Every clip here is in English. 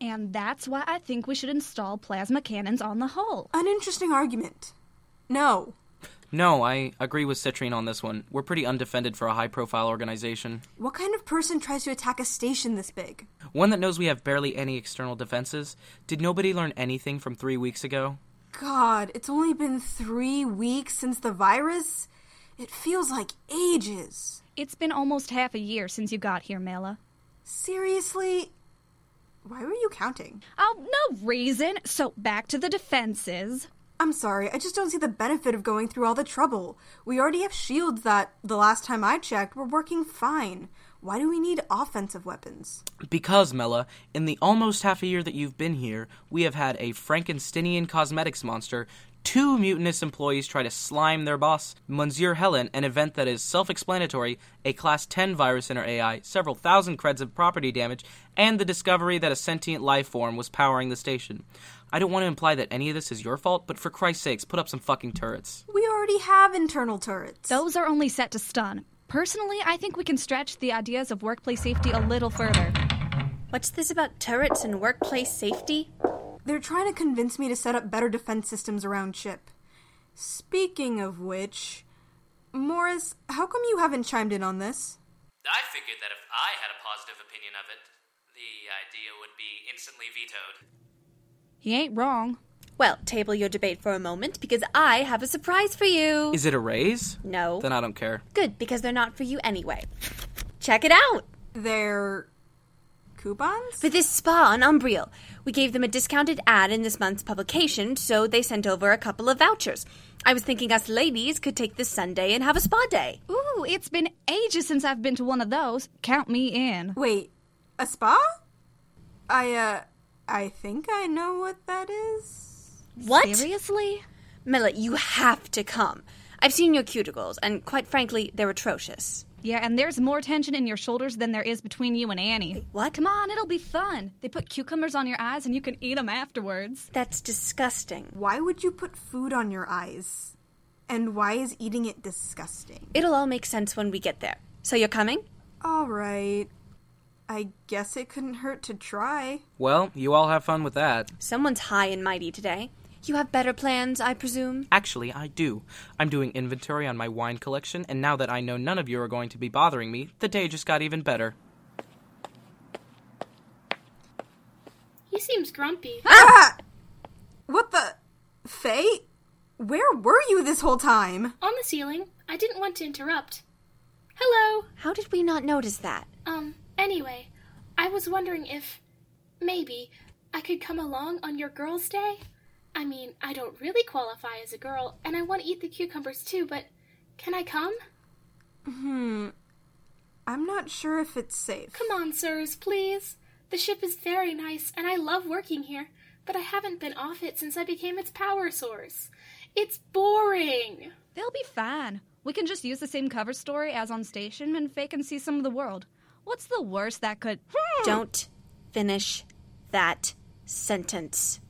And that's why I think we should install plasma cannons on the hull. An interesting argument. No. No, I agree with Citrine on this one. We're pretty undefended for a high profile organization. What kind of person tries to attack a station this big? One that knows we have barely any external defenses. Did nobody learn anything from three weeks ago? God, it's only been three weeks since the virus? It feels like ages. It's been almost half a year since you got here, Mela. Seriously? Why were you counting? Oh, no reason. So back to the defenses. I'm sorry, I just don't see the benefit of going through all the trouble. We already have shields that, the last time I checked, were working fine. Why do we need offensive weapons? Because, Mela, in the almost half a year that you've been here, we have had a Frankensteinian cosmetics monster, two mutinous employees try to slime their boss, Monsieur Helen, an event that is self explanatory, a Class 10 virus in her AI, several thousand creds of property damage, and the discovery that a sentient life form was powering the station. I don't want to imply that any of this is your fault, but for Christ's sakes, put up some fucking turrets. We already have internal turrets. Those are only set to stun. Personally, I think we can stretch the ideas of workplace safety a little further. What's this about turrets and workplace safety? They're trying to convince me to set up better defense systems around Chip. Speaking of which, Morris, how come you haven't chimed in on this? I figured that if I had a positive opinion of it, the idea would be instantly vetoed. He ain't wrong. Well, table your debate for a moment because I have a surprise for you. Is it a raise? No. Then I don't care. Good, because they're not for you anyway. Check it out! They're. coupons? For this spa on Umbriel, we gave them a discounted ad in this month's publication, so they sent over a couple of vouchers. I was thinking us ladies could take this Sunday and have a spa day. Ooh, it's been ages since I've been to one of those. Count me in. Wait, a spa? I, uh, I think I know what that is. What? Seriously? Mela, you have to come. I've seen your cuticles, and quite frankly, they're atrocious. Yeah, and there's more tension in your shoulders than there is between you and Annie. What? Come on, it'll be fun. They put cucumbers on your eyes and you can eat them afterwards. That's disgusting. Why would you put food on your eyes? And why is eating it disgusting? It'll all make sense when we get there. So you're coming? Alright. I guess it couldn't hurt to try. Well, you all have fun with that. Someone's high and mighty today. You have better plans, I presume? Actually, I do. I'm doing inventory on my wine collection, and now that I know none of you are going to be bothering me, the day just got even better. He seems grumpy. Ah! What the? Faye? Where were you this whole time? On the ceiling. I didn't want to interrupt. Hello. How did we not notice that? Um, anyway, I was wondering if maybe I could come along on your girls' day? I mean, I don't really qualify as a girl, and I want to eat the cucumbers too, but can I come? I'm not sure if it's safe. Come on, sirs, please. The ship is very nice, and I love working here, but I haven't been off it since I became its power source. It's boring. They'll be fine. We can just use the same cover story as on station and fake and see some of the world. What's the worst that could. Don't finish that sentence.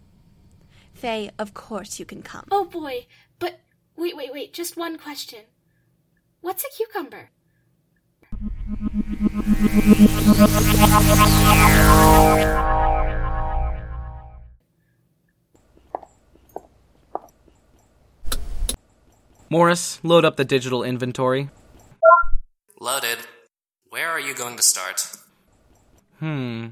Faye, of course you can come. Oh boy, but wait, wait, wait, just one question. What's a cucumber? Morris, load up the digital inventory. Loaded. Where are you going to start? Hmm.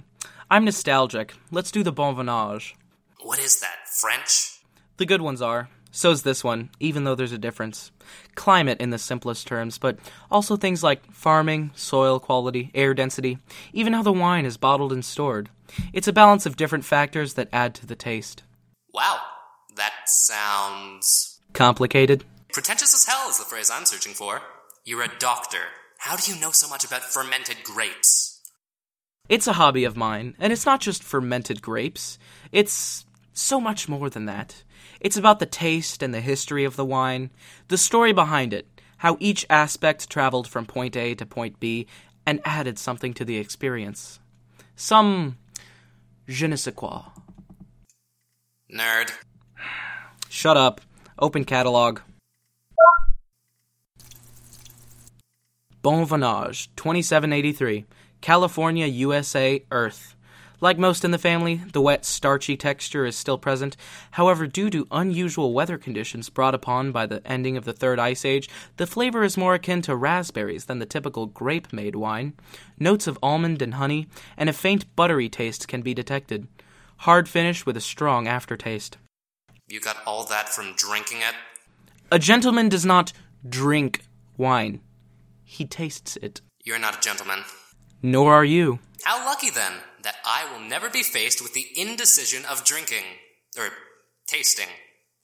I'm nostalgic. Let's do the bon voyage. What is that, French? The good ones are. So's this one, even though there's a difference. Climate in the simplest terms, but also things like farming, soil quality, air density, even how the wine is bottled and stored. It's a balance of different factors that add to the taste. Wow, that sounds. Complicated? Pretentious as hell is the phrase I'm searching for. You're a doctor. How do you know so much about fermented grapes? It's a hobby of mine, and it's not just fermented grapes. It's so much more than that. It's about the taste and the history of the wine, the story behind it, how each aspect traveled from point A to point B and added something to the experience. Some je ne sais quoi. Nerd. Shut up. Open catalog. Bon Vonage, 2783, California, USA, Earth. Like most in the family, the wet, starchy texture is still present. However, due to unusual weather conditions brought upon by the ending of the Third Ice Age, the flavor is more akin to raspberries than the typical grape made wine. Notes of almond and honey, and a faint buttery taste can be detected. Hard finish with a strong aftertaste. You got all that from drinking it? A gentleman does not drink wine, he tastes it. You're not a gentleman. Nor are you. How lucky then that I will never be faced with the indecision of drinking, or tasting,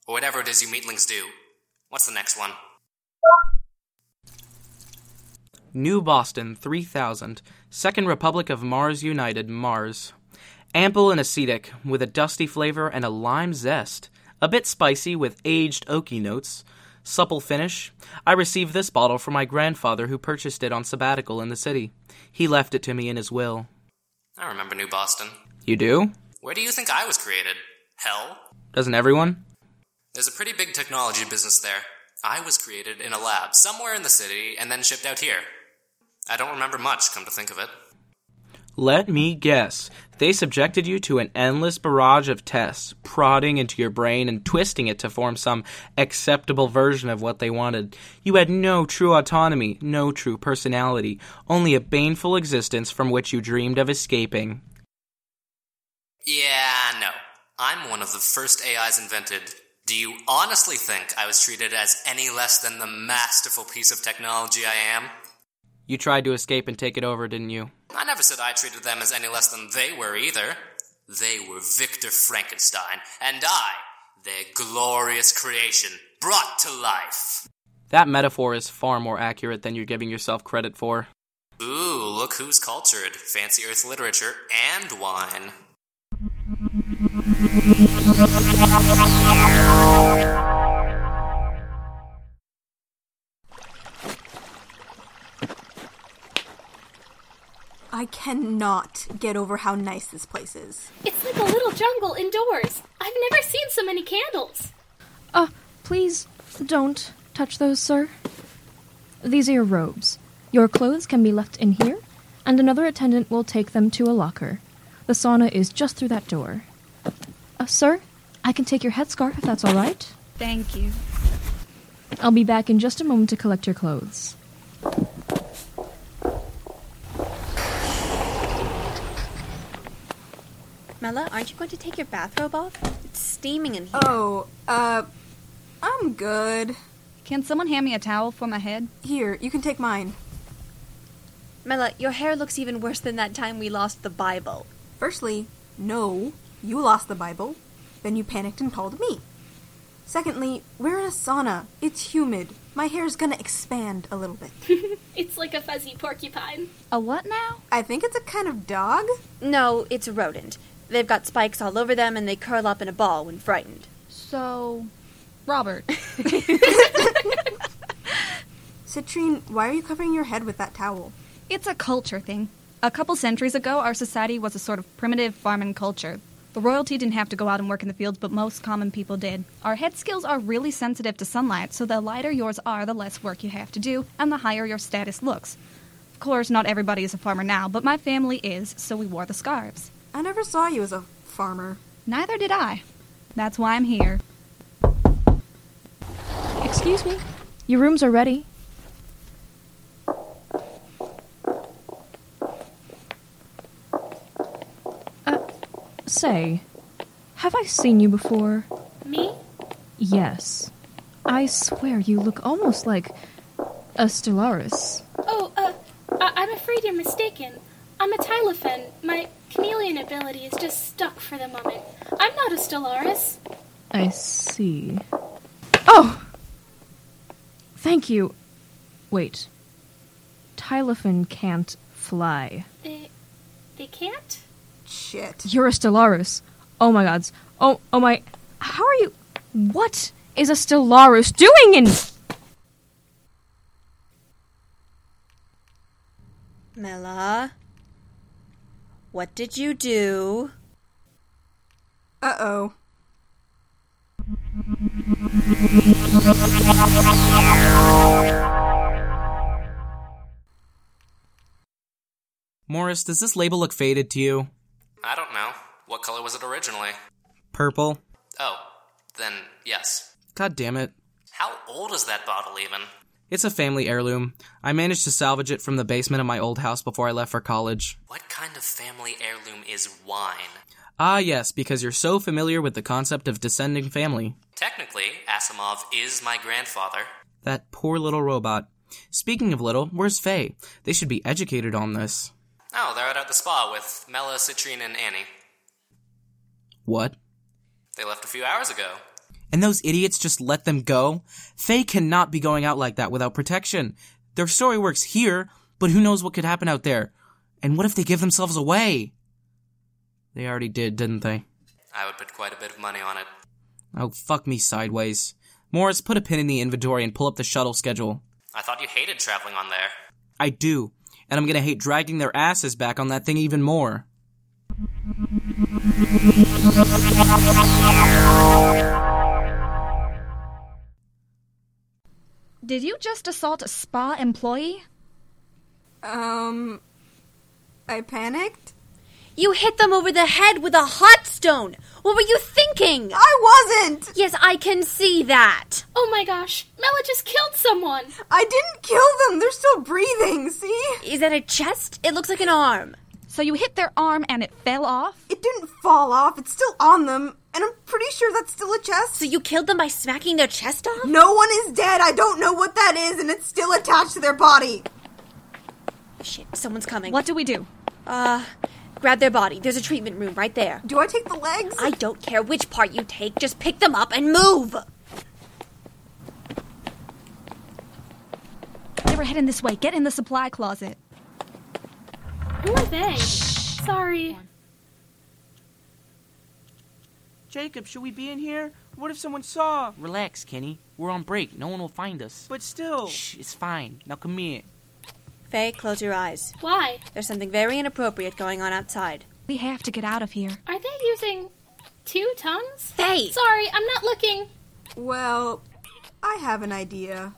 or whatever it is you meatlings do. What's the next one? New Boston 3000, Second Republic of Mars United, Mars. Ample and acetic, with a dusty flavor and a lime zest. A bit spicy with aged oaky notes. Supple finish. I received this bottle from my grandfather who purchased it on sabbatical in the city. He left it to me in his will. I remember New Boston. You do? Where do you think I was created? Hell? Doesn't everyone? There's a pretty big technology business there. I was created in a lab somewhere in the city and then shipped out here. I don't remember much, come to think of it. Let me guess. They subjected you to an endless barrage of tests, prodding into your brain and twisting it to form some acceptable version of what they wanted. You had no true autonomy, no true personality, only a baneful existence from which you dreamed of escaping. Yeah, no. I'm one of the first AIs invented. Do you honestly think I was treated as any less than the masterful piece of technology I am? You tried to escape and take it over, didn't you? I never said I treated them as any less than they were either. They were Victor Frankenstein, and I, their glorious creation, brought to life. That metaphor is far more accurate than you're giving yourself credit for. Ooh, look who's cultured. Fancy Earth literature and wine. I cannot get over how nice this place is. It's like a little jungle indoors. I've never seen so many candles. Uh, please don't touch those, sir. These are your robes. Your clothes can be left in here, and another attendant will take them to a locker. The sauna is just through that door. Uh, sir, I can take your headscarf if that's all right. Thank you. I'll be back in just a moment to collect your clothes. Mella, aren't you going to take your bathrobe off? It's steaming in here. Oh, uh, I'm good. Can someone hand me a towel for my head? Here, you can take mine. Mella, your hair looks even worse than that time we lost the Bible. Firstly, no, you lost the Bible. Then you panicked and called me. Secondly, we're in a sauna. It's humid. My hair's gonna expand a little bit. It's like a fuzzy porcupine. A what now? I think it's a kind of dog. No, it's a rodent. They've got spikes all over them and they curl up in a ball when frightened. So, Robert. Citrine, why are you covering your head with that towel? It's a culture thing. A couple centuries ago, our society was a sort of primitive farming culture. The royalty didn't have to go out and work in the fields, but most common people did. Our head skills are really sensitive to sunlight, so the lighter yours are, the less work you have to do, and the higher your status looks. Of course, not everybody is a farmer now, but my family is, so we wore the scarves. I never saw you as a farmer. Neither did I. That's why I'm here. Excuse me. Your rooms are ready. Uh, say, have I seen you before? Me? Yes. I swear you look almost like a Stellaris. Oh, uh, I- I'm afraid you're mistaken. I'm a Tylophen. My chameleon ability is just stuck for the moment. I'm not a Stellaris. I see. Oh! Thank you. Wait. Tylophon can't fly. They, they can't. Shit. You're a Stellaris. Oh my gods. Oh, oh my. How are you. What is a Stellaris doing in. Mella, what did you do? Uh oh. Morris, does this label look faded to you? I don't know. What color was it originally? Purple. Oh, then yes. God damn it. How old is that bottle even? It's a family heirloom. I managed to salvage it from the basement of my old house before I left for college. What kind of family heirloom is wine? Ah, yes, because you're so familiar with the concept of descending family. Technically, Asimov is my grandfather. That poor little robot. Speaking of little, where's Faye? They should be educated on this. Oh, they're out at the spa with Mela, Citrine, and Annie. What? They left a few hours ago. And those idiots just let them go? Faye cannot be going out like that without protection. Their story works here, but who knows what could happen out there? And what if they give themselves away? They already did, didn't they? I would put quite a bit of money on it. Oh, fuck me sideways. Morris, put a pin in the inventory and pull up the shuttle schedule. I thought you hated traveling on there. I do. And I'm gonna hate dragging their asses back on that thing even more. Did you just assault a spa employee? Um, I panicked. You hit them over the head with a hot stone. What were you thinking? I wasn't. Yes, I can see that. Oh my gosh, Mela just killed someone! I didn't kill them. They're still breathing. See, Is that a chest? It looks like an arm. So you hit their arm and it fell off? it didn't fall off. It's still on them, and I'm pretty sure that's still a chest. So you killed them by smacking their chest off? No one is dead. I don't know what that is, and it's still attached to their body. Shit, someone's coming. What do we do? Uh, grab their body. There's a treatment room right there. Do I take the legs? I don't care which part you take, just pick them up and move. They were heading this way. Get in the supply closet. Who are they? Sorry. Jacob, should we be in here? What if someone saw? Relax, Kenny. We're on break. No one will find us. But still. Shh, it's fine. Now come here. Faye, close your eyes. Why? There's something very inappropriate going on outside. We have to get out of here. Are they using two tongues? Faye! Sorry, I'm not looking. Well, I have an idea,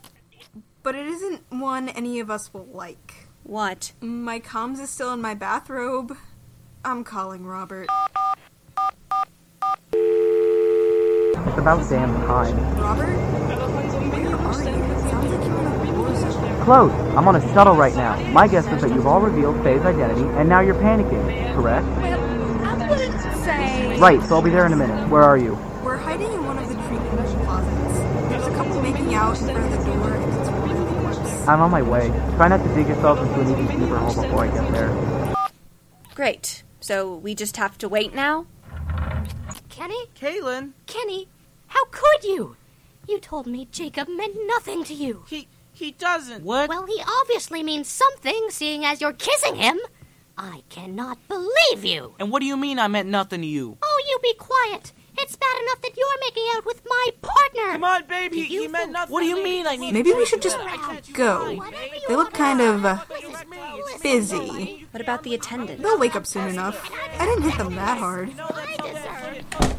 but it isn't one any of us will like. What? My comms is still in my bathrobe. I'm calling Robert. It's about damn time. Robert? Where are you? It sounds like you're in a war zone. Close. I'm on a shuttle right now. My guess is that you've all revealed Faye's identity, and now you're panicking, correct? I wouldn't say. Right, so I'll be there in a minute. Where are you? We're hiding in one of the treatment closets. There's a couple making out in front of the door, and it's really gross. I'm on my way. Try not to dig yourself into an even deeper hole before I get there. Great. So we just have to wait now? Kenny? Kaylin, Kenny? How could you? You told me Jacob meant nothing to you. he he doesn't. What? Well, he obviously means something, seeing as you're kissing him. I cannot believe you. and what do you mean I meant nothing to you? Oh, you be quiet. It's bad enough that you're making out with my partner. Come on, babe. He, he you meant think- nothing. What do you mean I mean? Maybe we should just can't go. Whatever you They look wanna kind do. of uh, Listen, listen, listen. busy. What about the attendant? They'll wake up soon enough. I didn't hit them that hard. I deserve it.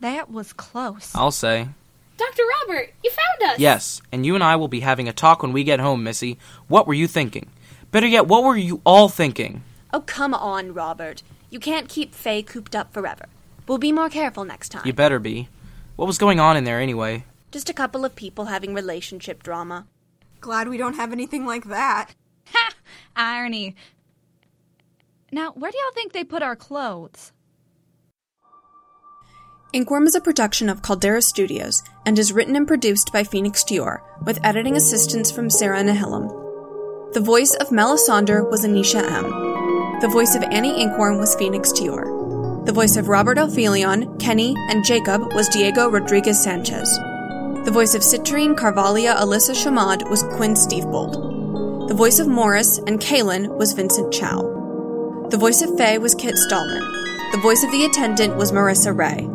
That was close. I'll say. Dr. Robert, you found us! Yes, and you and I will be having a talk when we get home, Missy. What were you thinking? Better yet, what were you all thinking? Oh, come on, Robert. You can't keep Faye cooped up forever. We'll be more careful next time. You better be. What was going on in there anyway? Just a couple of people having relationship drama. Glad we don't have anything like that. Ha! Irony. Now, where do y'all think they put our clothes? Inkwim is a production of Caldera Studios and is written and produced by Phoenix Dior, with editing assistance from Sarah Nahilam. The voice of Melisandre was Anisha M. The voice of Annie Inkwim was Phoenix Dior. The voice of Robert Ophelion, Kenny, and Jacob was Diego Rodriguez Sanchez. The voice of Citrine Carvalia Alyssa Shamad was Quinn Stevebold. The voice of Morris and Kalen was Vincent Chow. The voice of Faye was Kit Stallman. The voice of the attendant was Marissa Ray.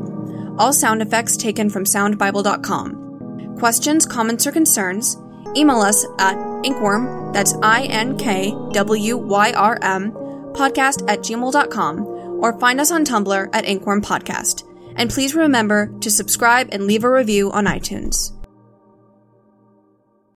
All sound effects taken from soundbible.com. Questions, comments, or concerns? Email us at inkworm, that's I N K W Y R M, podcast at gmail.com, or find us on Tumblr at Inkworm Podcast. And please remember to subscribe and leave a review on iTunes.